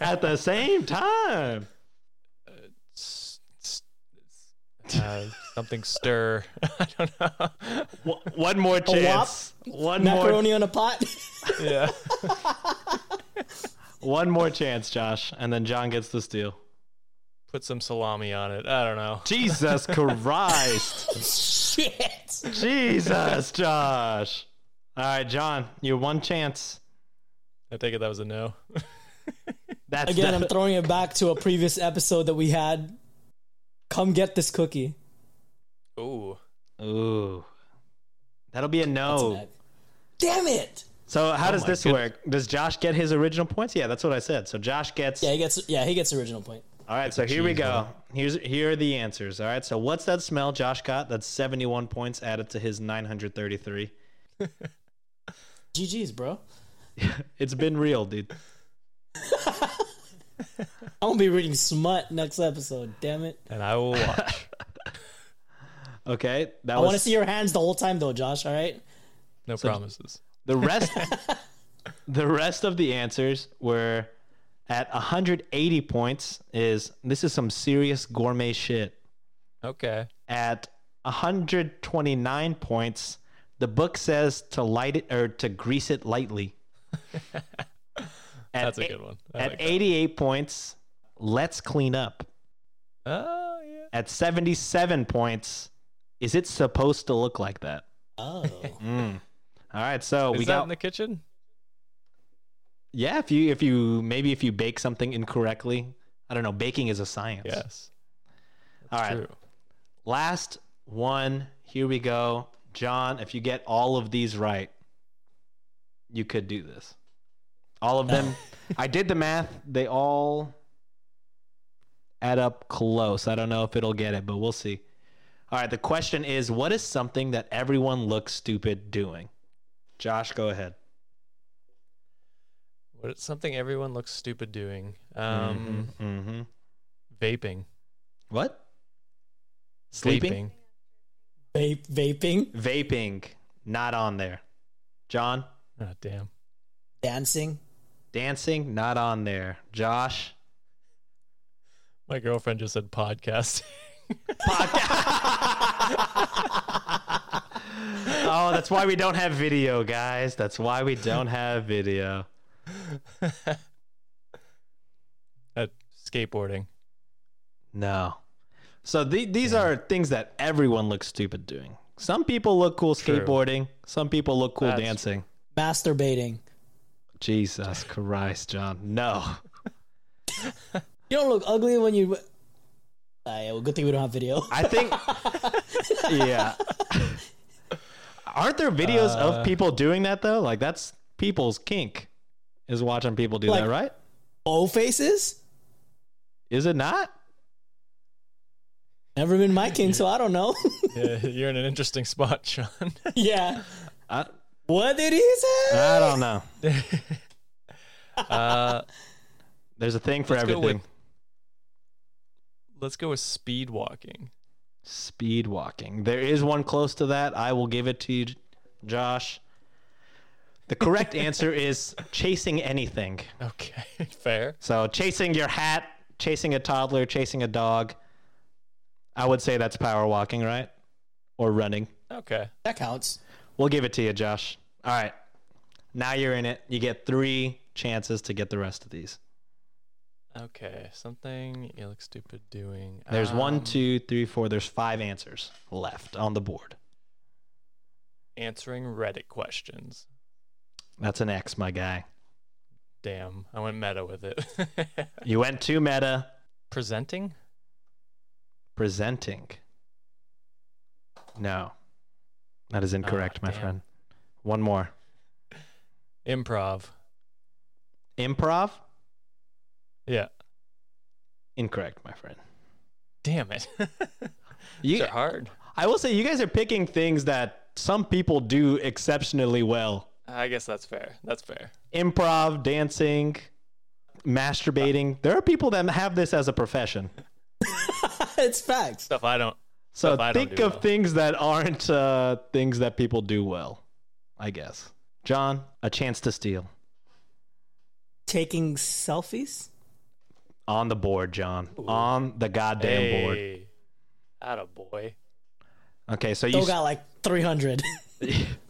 [SPEAKER 2] at the same time.
[SPEAKER 3] S- s- s- uh, something stir. I don't know.
[SPEAKER 2] W- one more chance. One more
[SPEAKER 4] Macaroni on a pot.
[SPEAKER 3] Yeah.
[SPEAKER 2] One more chance, Josh, and then John gets the steal.
[SPEAKER 3] Put some salami on it. I don't know.
[SPEAKER 2] Jesus Christ.
[SPEAKER 4] Shit.
[SPEAKER 2] Jesus, Josh. All right, John, your one chance.
[SPEAKER 3] I take it that was a no.
[SPEAKER 2] That's
[SPEAKER 4] Again, I'm
[SPEAKER 2] the-
[SPEAKER 4] throwing it back to a previous episode that we had. Come get this cookie.
[SPEAKER 3] Ooh.
[SPEAKER 2] Ooh. That'll be a
[SPEAKER 4] That's
[SPEAKER 2] no.
[SPEAKER 4] an Damn it.
[SPEAKER 2] So, how does
[SPEAKER 3] my
[SPEAKER 2] this
[SPEAKER 3] goodness.
[SPEAKER 2] work? Does Josh get his original points? Yeah, that's what I said. So, Josh gets
[SPEAKER 4] Yeah, he gets. Yeah, he gets original point.
[SPEAKER 2] All right, so here we
[SPEAKER 3] cheese
[SPEAKER 2] go. Here's here are the answers. All right, so what's that smell Josh got? That's 71 points added to his 933.
[SPEAKER 4] GG's, bro.
[SPEAKER 2] It's been real, dude.
[SPEAKER 4] I'm gonna be reading smut next episode. Damn it.
[SPEAKER 3] And I will watch.
[SPEAKER 2] Okay, that
[SPEAKER 4] I
[SPEAKER 2] was
[SPEAKER 4] want to see your hands the whole time though, Josh. All right.
[SPEAKER 3] No promises.
[SPEAKER 2] The rest, the rest of the answers were at 180 points. Is this is some serious gourmet shit?
[SPEAKER 3] Okay.
[SPEAKER 2] At 129 points, the book says to light it or to grease it lightly. At
[SPEAKER 3] That's a
[SPEAKER 2] eight-
[SPEAKER 3] good one. I
[SPEAKER 2] At
[SPEAKER 3] like that.
[SPEAKER 2] 88 points, let's clean up.
[SPEAKER 3] Oh, yeah.
[SPEAKER 2] At 77 points, is it supposed to look like that? All
[SPEAKER 4] Oh,
[SPEAKER 2] right, so
[SPEAKER 3] Mm. Is
[SPEAKER 2] we
[SPEAKER 3] that
[SPEAKER 2] got
[SPEAKER 3] in the kitchen?
[SPEAKER 2] Yeah, if you if you maybe if you bake something incorrectly, I don't know. Baking is a science.
[SPEAKER 3] Yes.
[SPEAKER 2] All right.
[SPEAKER 3] True.
[SPEAKER 2] Last one. Here we go, John. If you get all of these right, you could do this. All of them. I did the math. They all add up close. I don't know if it'll get it, but we'll see. All right. The question is, what is something that everyone looks stupid doing? Josh, go ahead.
[SPEAKER 3] What it's something everyone looks stupid doing.
[SPEAKER 2] Um.
[SPEAKER 3] Um,
[SPEAKER 2] hmm
[SPEAKER 3] vaping.
[SPEAKER 2] What? Sleeping.
[SPEAKER 3] Vaping.
[SPEAKER 4] vape vaping,
[SPEAKER 2] Vaping, not on there. John,
[SPEAKER 3] Oh, damn.
[SPEAKER 4] dancing.
[SPEAKER 2] dancing, not on there. Josh,
[SPEAKER 3] My girlfriend just said podcast.
[SPEAKER 2] oh, that's why we don't have video, guys. That's why we don't have video.
[SPEAKER 3] At skateboarding.
[SPEAKER 2] No. So the, these are things that everyone looks stupid doing. Some people look cool
[SPEAKER 3] True.
[SPEAKER 2] skateboarding. Some people look cool
[SPEAKER 3] That's true.
[SPEAKER 2] dancing.
[SPEAKER 4] masturbating.
[SPEAKER 2] Jesus Christ, John. No.
[SPEAKER 4] You don't look ugly when you. Ah, yeah, well, good thing we don't have video.
[SPEAKER 2] I think. yeah. Uh. Aren't there videos of people doing that though? Like that's people's kink, is watching people do that,
[SPEAKER 4] Like-
[SPEAKER 2] right?
[SPEAKER 4] O faces.
[SPEAKER 2] Is it not?
[SPEAKER 4] Never been my king, so I don't know.
[SPEAKER 3] Yeah, you're in an interesting spot, Sean.
[SPEAKER 4] yeah.
[SPEAKER 2] I,
[SPEAKER 4] What did he say?
[SPEAKER 2] I don't know.
[SPEAKER 3] Uh,
[SPEAKER 2] There's a thing for
[SPEAKER 3] Let's go with-
[SPEAKER 2] everything.
[SPEAKER 3] let's go with speed walking.
[SPEAKER 2] Speed walking. There is one close to that. I will give it to you, Josh. The correct answer is chasing anything.
[SPEAKER 3] Okay, fair.
[SPEAKER 2] So chasing your hat, chasing a toddler, chasing a dog. I would say that's power walking, right? Or running.
[SPEAKER 3] Okay.
[SPEAKER 4] That counts.
[SPEAKER 2] We'll give it to you, Josh. All right. Now you're in it. You get three chances to get the rest of these.
[SPEAKER 3] Okay, something you look stupid doing.
[SPEAKER 2] There's
[SPEAKER 3] Um,
[SPEAKER 2] one, two, three, four. There's five answers left on the board.
[SPEAKER 3] Answering Reddit questions.
[SPEAKER 2] That's an X, my guy.
[SPEAKER 3] Damn, I went meta with it.
[SPEAKER 2] You went too meta
[SPEAKER 3] Presenting?
[SPEAKER 2] presenting. No, that is incorrect, my
[SPEAKER 3] Ah, damn.
[SPEAKER 2] friend. One more.
[SPEAKER 3] Improv.
[SPEAKER 2] Improv?
[SPEAKER 3] Yeah.
[SPEAKER 2] Incorrect, my friend.
[SPEAKER 3] Damn it.
[SPEAKER 2] You,
[SPEAKER 3] These are hard.
[SPEAKER 2] I will say you guys are picking things that some people do exceptionally well.
[SPEAKER 3] I guess that's fair. That's fair.
[SPEAKER 2] Improv, dancing, masturbating. There are people that have this as a profession.
[SPEAKER 4] it's facts.
[SPEAKER 3] Stuff I don't.
[SPEAKER 2] So
[SPEAKER 3] Stuff I don't
[SPEAKER 2] think
[SPEAKER 3] do
[SPEAKER 2] of
[SPEAKER 3] well.
[SPEAKER 2] things that aren't uh, things that people do well, I guess. John, a chance to steal
[SPEAKER 4] Taking selfies.
[SPEAKER 2] on the board, John. On the goddamn board.
[SPEAKER 3] Out of boy.
[SPEAKER 2] Okay, so you
[SPEAKER 4] Still got like 300.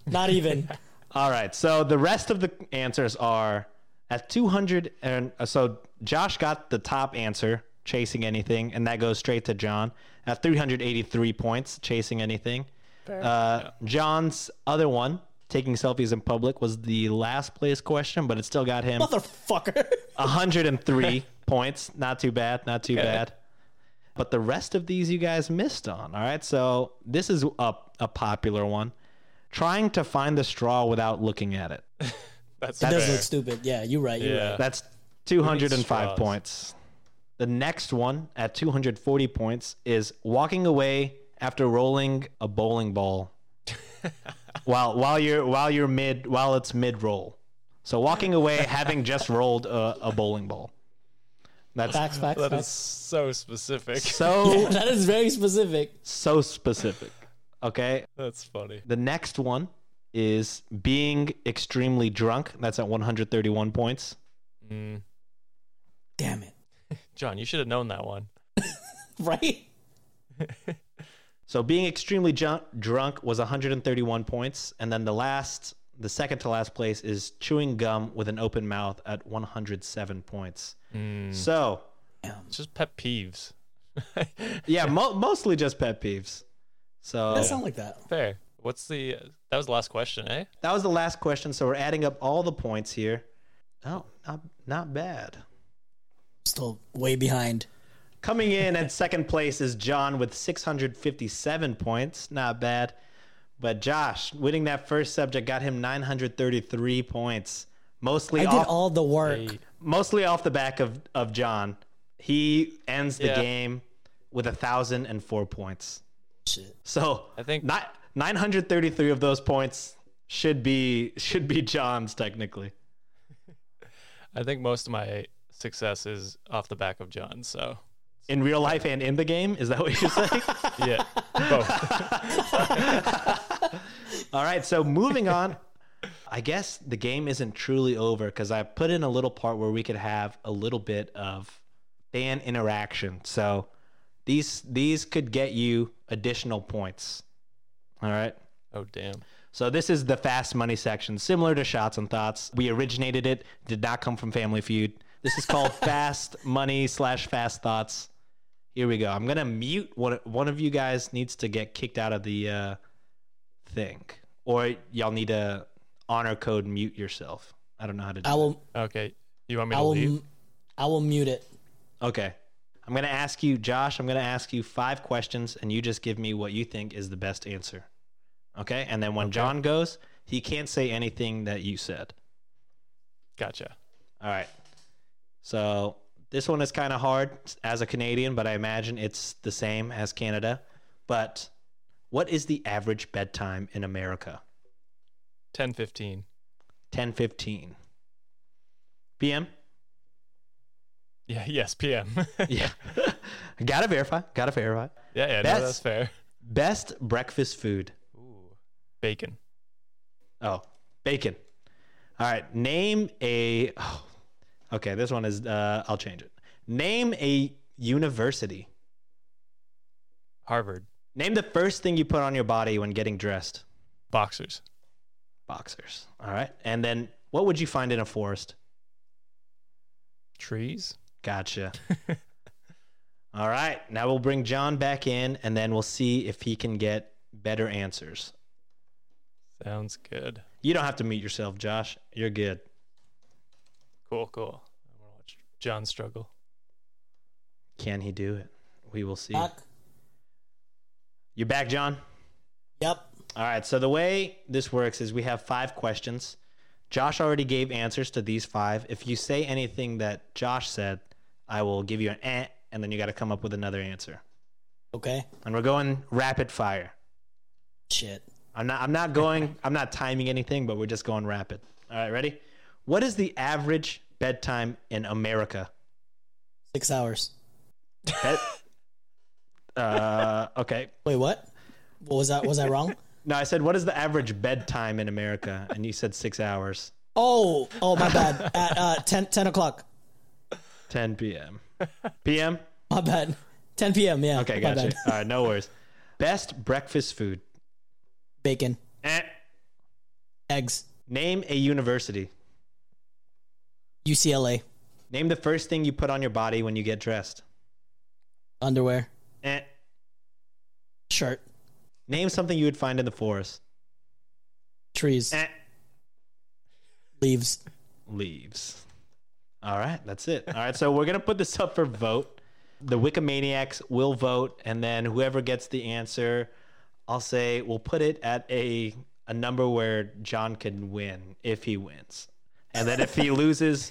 [SPEAKER 4] Not even.
[SPEAKER 2] All right. So the rest of the answers are at 200 and uh, so Josh got the top answer, chasing anything, and that goes straight to John at 383 points, chasing anything. Uh, John's other one, taking selfies in public, was the last place question, but it still got him
[SPEAKER 4] Motherfucker.
[SPEAKER 2] 103 points. Not too bad. Not too bad. But the rest of these you guys missed on. All right. So this is a, a popular one. Trying to find the straw without looking at it.
[SPEAKER 3] That's
[SPEAKER 4] It does
[SPEAKER 3] fair.
[SPEAKER 4] look stupid. Yeah, you're right. You're
[SPEAKER 3] Yeah.
[SPEAKER 4] right.
[SPEAKER 2] That's
[SPEAKER 3] straws.
[SPEAKER 2] 205 points. The next one at 240 points is walking away after rolling a bowling ball while while you're while you're mid while it's mid roll. So walking away having just rolled a, a bowling ball. That's
[SPEAKER 4] Facts, facts,
[SPEAKER 3] That is
[SPEAKER 4] facts.
[SPEAKER 3] so specific.
[SPEAKER 2] so
[SPEAKER 4] that is very specific.
[SPEAKER 2] so specific. Okay.
[SPEAKER 3] That's funny.
[SPEAKER 2] The next one is being extremely drunk. That's at 131 points.
[SPEAKER 3] Mm.
[SPEAKER 4] Damn it.
[SPEAKER 3] John, you should have known that one.
[SPEAKER 4] Right?
[SPEAKER 2] So being extremely ju- drunk was 131 points, and then the last, the second to last place is chewing gum with an open mouth at 107 points. So
[SPEAKER 3] It's just pet peeves.
[SPEAKER 2] yeah, mo- mostly just pet peeves. So
[SPEAKER 4] That sound like that.
[SPEAKER 3] fair. What's the? That was the last question, eh?
[SPEAKER 2] that was the last question. So we're adding up all the points here. Oh, not not bad.
[SPEAKER 4] Still way behind.
[SPEAKER 2] Coming in at second place is John with 657 points. Not bad. But Josh, winning that first subject got him 933 points. Mostly
[SPEAKER 4] I
[SPEAKER 2] off
[SPEAKER 4] did all the work.
[SPEAKER 2] mostly off the back of, of John. He ends the
[SPEAKER 3] Yeah.
[SPEAKER 2] game with 1004 points.
[SPEAKER 4] Shit.
[SPEAKER 2] So,
[SPEAKER 3] I think-
[SPEAKER 2] ni- 933 of those points should be should be John's technically.
[SPEAKER 3] I think most of my success is off the back of John. So
[SPEAKER 2] In real life and in the game, is that what you're saying?
[SPEAKER 3] yeah, both.
[SPEAKER 2] All right, so moving on. I guess the game isn't truly over because I put in a little part where we could have a little bit of fan interaction. So these these could get you additional points. All right.
[SPEAKER 3] Oh damn.
[SPEAKER 2] So this is the fast money section, similar to shots and thoughts. We originated it; did not come from Family Feud. This is called fast money slash fast thoughts. Here we go. I'm gonna mute one. One of you guys needs to get kicked out of the uh, thing, or y'all need to honor code mute yourself. I don't know how to do.
[SPEAKER 4] I will.
[SPEAKER 3] Okay, you want me
[SPEAKER 4] I
[SPEAKER 3] to leave?
[SPEAKER 4] will. I will mute it.
[SPEAKER 2] that. Okay. I'm gonna ask you, Josh. I'm gonna ask you five questions, and you just give me what you think is the best answer. Okay. And then when John goes, he can't say anything that you said.
[SPEAKER 3] Gotcha.
[SPEAKER 2] All right. So this one is kind of hard as a Canadian, but I imagine it's the same as Canada. But what is the average bedtime in America?
[SPEAKER 3] Ten fifteen.
[SPEAKER 2] 10:15. PM?
[SPEAKER 3] Yeah. Yes. PM.
[SPEAKER 2] Yeah. gotta verify. Gotta verify.
[SPEAKER 3] Yeah. Yeah.
[SPEAKER 2] That's-
[SPEAKER 3] No, that's fair.
[SPEAKER 2] Best breakfast food.
[SPEAKER 3] Ooh. Bacon.
[SPEAKER 2] Oh, bacon. All right. Name a. Oh, okay, this one is. Uh, I'll change it. Name a university.
[SPEAKER 3] Harvard.
[SPEAKER 2] Name the first thing you put on your body when getting dressed.
[SPEAKER 3] Boxers.
[SPEAKER 2] Boxers. All right. And then what would you find in a forest?
[SPEAKER 3] Trees.
[SPEAKER 2] Gotcha. All right. Now we'll bring John back in and then we'll see if he can get better answers.
[SPEAKER 3] Sounds good.
[SPEAKER 2] You don't have to mute yourself, Josh. You're good.
[SPEAKER 3] Cool. Cool. I want to watch John struggle.
[SPEAKER 2] Can he do it? We will see.
[SPEAKER 4] Fuck.
[SPEAKER 2] You're back, John.
[SPEAKER 4] Yep.
[SPEAKER 2] All right. So the way this works is we have five questions. Josh already gave answers to these five. If you say anything that Josh said, I will give you an eh, and then you got to come up with another answer.
[SPEAKER 4] Okay.
[SPEAKER 2] And we're going rapid fire.
[SPEAKER 4] Shit.
[SPEAKER 2] I'm not. I'm not going. I'm not timing anything, but we're just going rapid. All right, ready? What is the average bedtime in America?
[SPEAKER 4] Six hours.
[SPEAKER 2] Bed- uh, okay.
[SPEAKER 4] Wait, what? What was that? Was I wrong?
[SPEAKER 2] No, I said what is the average bedtime in America, and you said six hours,
[SPEAKER 4] Oh, oh, my bad. At uh, 10, 10 o'clock.
[SPEAKER 2] 10 p.m. p.m.
[SPEAKER 4] My bad. 10 p.m. Yeah.
[SPEAKER 2] Okay,
[SPEAKER 4] my
[SPEAKER 2] gotcha.
[SPEAKER 4] bad.
[SPEAKER 2] All right, no worries. Best breakfast food.
[SPEAKER 4] Bacon,
[SPEAKER 2] Eh.
[SPEAKER 4] eggs,
[SPEAKER 2] Name a university.
[SPEAKER 4] UCLA,
[SPEAKER 2] Name the first thing you put on your body when you get dressed.
[SPEAKER 4] underwear,
[SPEAKER 2] Eh.
[SPEAKER 4] shirt,
[SPEAKER 2] Name something you would find in the forest.
[SPEAKER 4] trees,
[SPEAKER 2] Eh.
[SPEAKER 4] leaves.
[SPEAKER 2] leaves. All right, that's it. All right, so we're gonna put this up for vote. The Wikimaniacs will vote, and then whoever gets the answer, I'll say we'll put it at a a number where John can win if he wins, and then if he loses,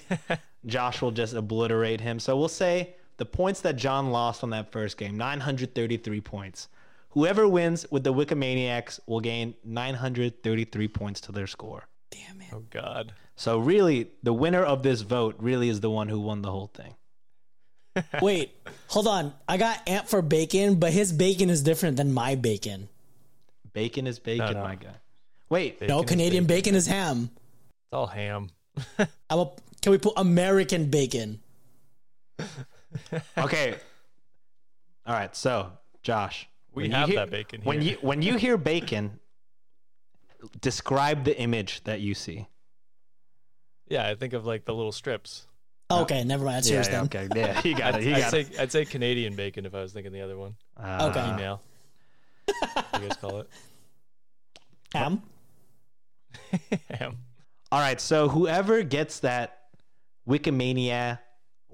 [SPEAKER 2] Josh will just obliterate him. So we'll say the points that John lost on that first game, 933 points. Whoever wins with the Wikimaniacs will gain 933 points to their score.
[SPEAKER 3] Oh God.
[SPEAKER 2] So really, the winner of this vote really is the one who won the whole thing.
[SPEAKER 4] Wait, hold on. I got Ant for bacon, but his bacon is different than my bacon.
[SPEAKER 2] Bacon is bacon,
[SPEAKER 3] no.
[SPEAKER 2] my guy. Wait,
[SPEAKER 4] no,
[SPEAKER 3] Bacon is
[SPEAKER 4] Canadian bacon. is ham.
[SPEAKER 3] It's all ham.
[SPEAKER 4] I'm a, can we put American bacon?
[SPEAKER 2] okay. All right, so Josh,
[SPEAKER 3] We
[SPEAKER 2] when you
[SPEAKER 3] have
[SPEAKER 2] hear-
[SPEAKER 3] that bacon
[SPEAKER 2] When
[SPEAKER 3] here.
[SPEAKER 2] you when you hear bacon, describe the image that you see.
[SPEAKER 3] Yeah, I think of like the little strips.
[SPEAKER 4] Oh, okay, never mind. That's yours then.
[SPEAKER 2] okay, yeah, you got it. You
[SPEAKER 3] I'd
[SPEAKER 2] got
[SPEAKER 3] say
[SPEAKER 2] it.
[SPEAKER 3] I'd say Canadian bacon if I was thinking the other one.
[SPEAKER 2] Uh,
[SPEAKER 4] Okay. Uh.
[SPEAKER 3] Email. What do you guys call it
[SPEAKER 4] Ham.
[SPEAKER 3] ham.
[SPEAKER 2] All right, so whoever gets that Wikimania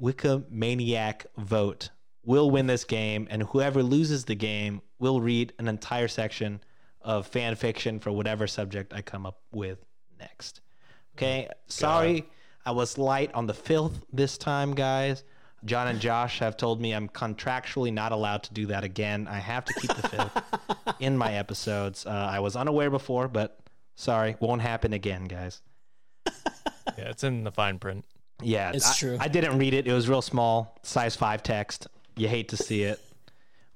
[SPEAKER 2] Wikimaniac vote will win this game, and whoever loses the game will read an entire section of fan fiction for whatever subject I come up with next. Okay, sorry, I was light on the filth this time, guys. John and Josh have told me I'm contractually not allowed to do that again. I have to keep the filth in my episodes. Uh, I was unaware before, but sorry, won't happen again, guys.
[SPEAKER 3] Yeah, it's in the fine print.
[SPEAKER 2] Yeah,
[SPEAKER 4] It's
[SPEAKER 2] I,
[SPEAKER 4] true.
[SPEAKER 2] I didn't read it. It was real small, size five text. You hate to see it.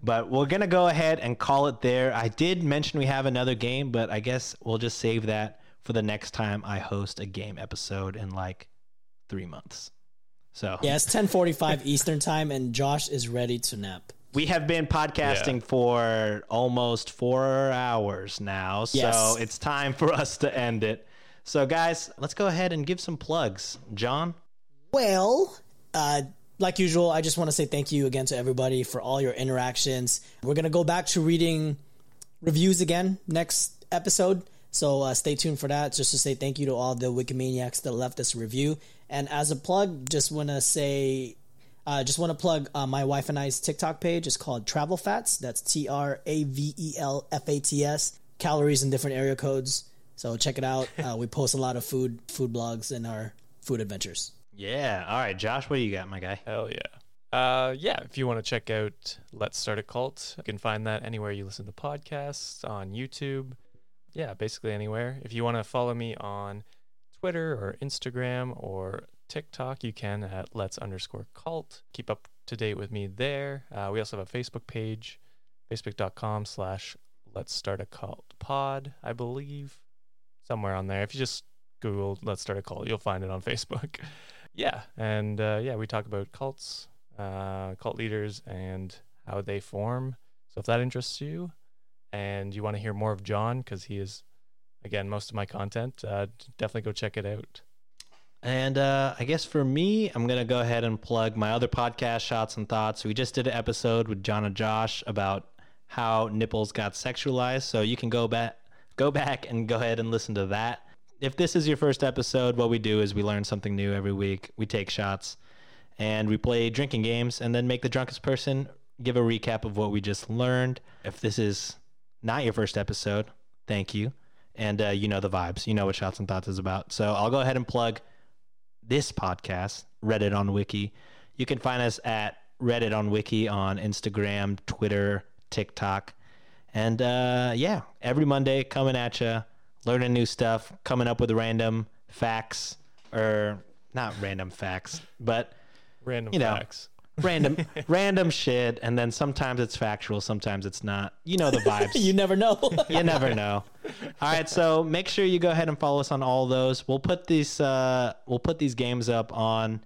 [SPEAKER 2] But we're gonna go ahead and call it there. I did mention we have another game, but I guess we'll just save that for the next time I host a game episode in like three months. So
[SPEAKER 4] Yeah, it's 10:45 Eastern time, and Josh is ready to nap.
[SPEAKER 2] we have been podcasting for almost four hours now. So
[SPEAKER 4] Yes.
[SPEAKER 2] it's time for us to end it. So guys, let's go ahead and give some plugs. John?
[SPEAKER 4] Well, uh, like usual, I just want to say thank you again to everybody for all your interactions. We're going to go back to reading reviews again next episode. So uh, stay tuned for that. Just to say thank you to all the Wikimaniacs that left us a review. And as a plug, just want to say, uh, just want to plug uh, my wife and I's TikTok page. It's called Travel Fats. That's T R A V E L F A T S. Calories and different area codes. So check it out. Uh, we post a lot of food, food blogs, and our food adventures.
[SPEAKER 2] Yeah. All right, Josh, what do you got, my guy?
[SPEAKER 3] Hell yeah. Uh, yeah, if you want to check out Let's Start a Cult, you can find that anywhere you listen to podcasts, on YouTube. Yeah, basically anywhere. If you want to follow me on Twitter or Instagram or TikTok. You can at Let's underscore cult. Keep up to date with me there. Uh, we also have a Facebook page, facebook.com slash Let's Start a Cult Pod, I believe. Somewhere on there. If you just Google Let's Start a Cult, you'll find it on Facebook. yeah. And uh, yeah, we talk about cults, uh, cult leaders, and how they form. So if that interests you and you want to hear more of John, because he is, again, most of my content, uh, definitely go check it out.
[SPEAKER 2] And uh, I guess for me, I'm going to go ahead and plug my other podcast, Shots and Thoughts. We just did an episode with John and Josh about how nipples got sexualized. So you can go back, go back and go ahead and listen to that. If this is your first episode, what we do is we learn something new every week. We take shots and we play drinking games and then make the drunkest person give a recap of what we just learned. If this is not your first episode, thank you. And uh, you know the vibes. You know what Shots and Thoughts is about. So I'll go ahead and plug this podcast, Reddit on Wiki. You can find us at Reddit on Wiki on Instagram, Twitter, TikTok. And uh, yeah, every Monday coming at you, learning new stuff, coming up with random facts, or not random facts, but
[SPEAKER 3] Random
[SPEAKER 2] You know,
[SPEAKER 3] facts.
[SPEAKER 2] random random shit. And then sometimes it's factual, sometimes it's not. You know the vibes.
[SPEAKER 4] You never know.
[SPEAKER 2] you never know. All right, so make sure you go ahead and follow us on all those. We'll put these uh, we'll put these games up on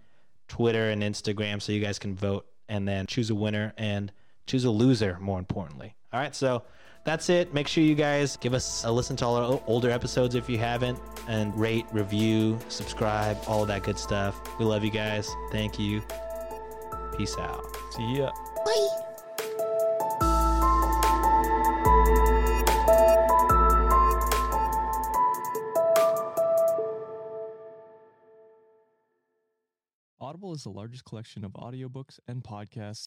[SPEAKER 2] Twitter and Instagram so you guys can vote and then choose a winner and choose a loser. More importantly, all right. So that's it. Make sure you guys give us a listen to all our o- older episodes if you haven't, and rate, review, subscribe, all that good stuff. We love you guys. Thank you. Peace out.
[SPEAKER 3] See ya.
[SPEAKER 9] Audible is the largest collection of audiobooks and podcasts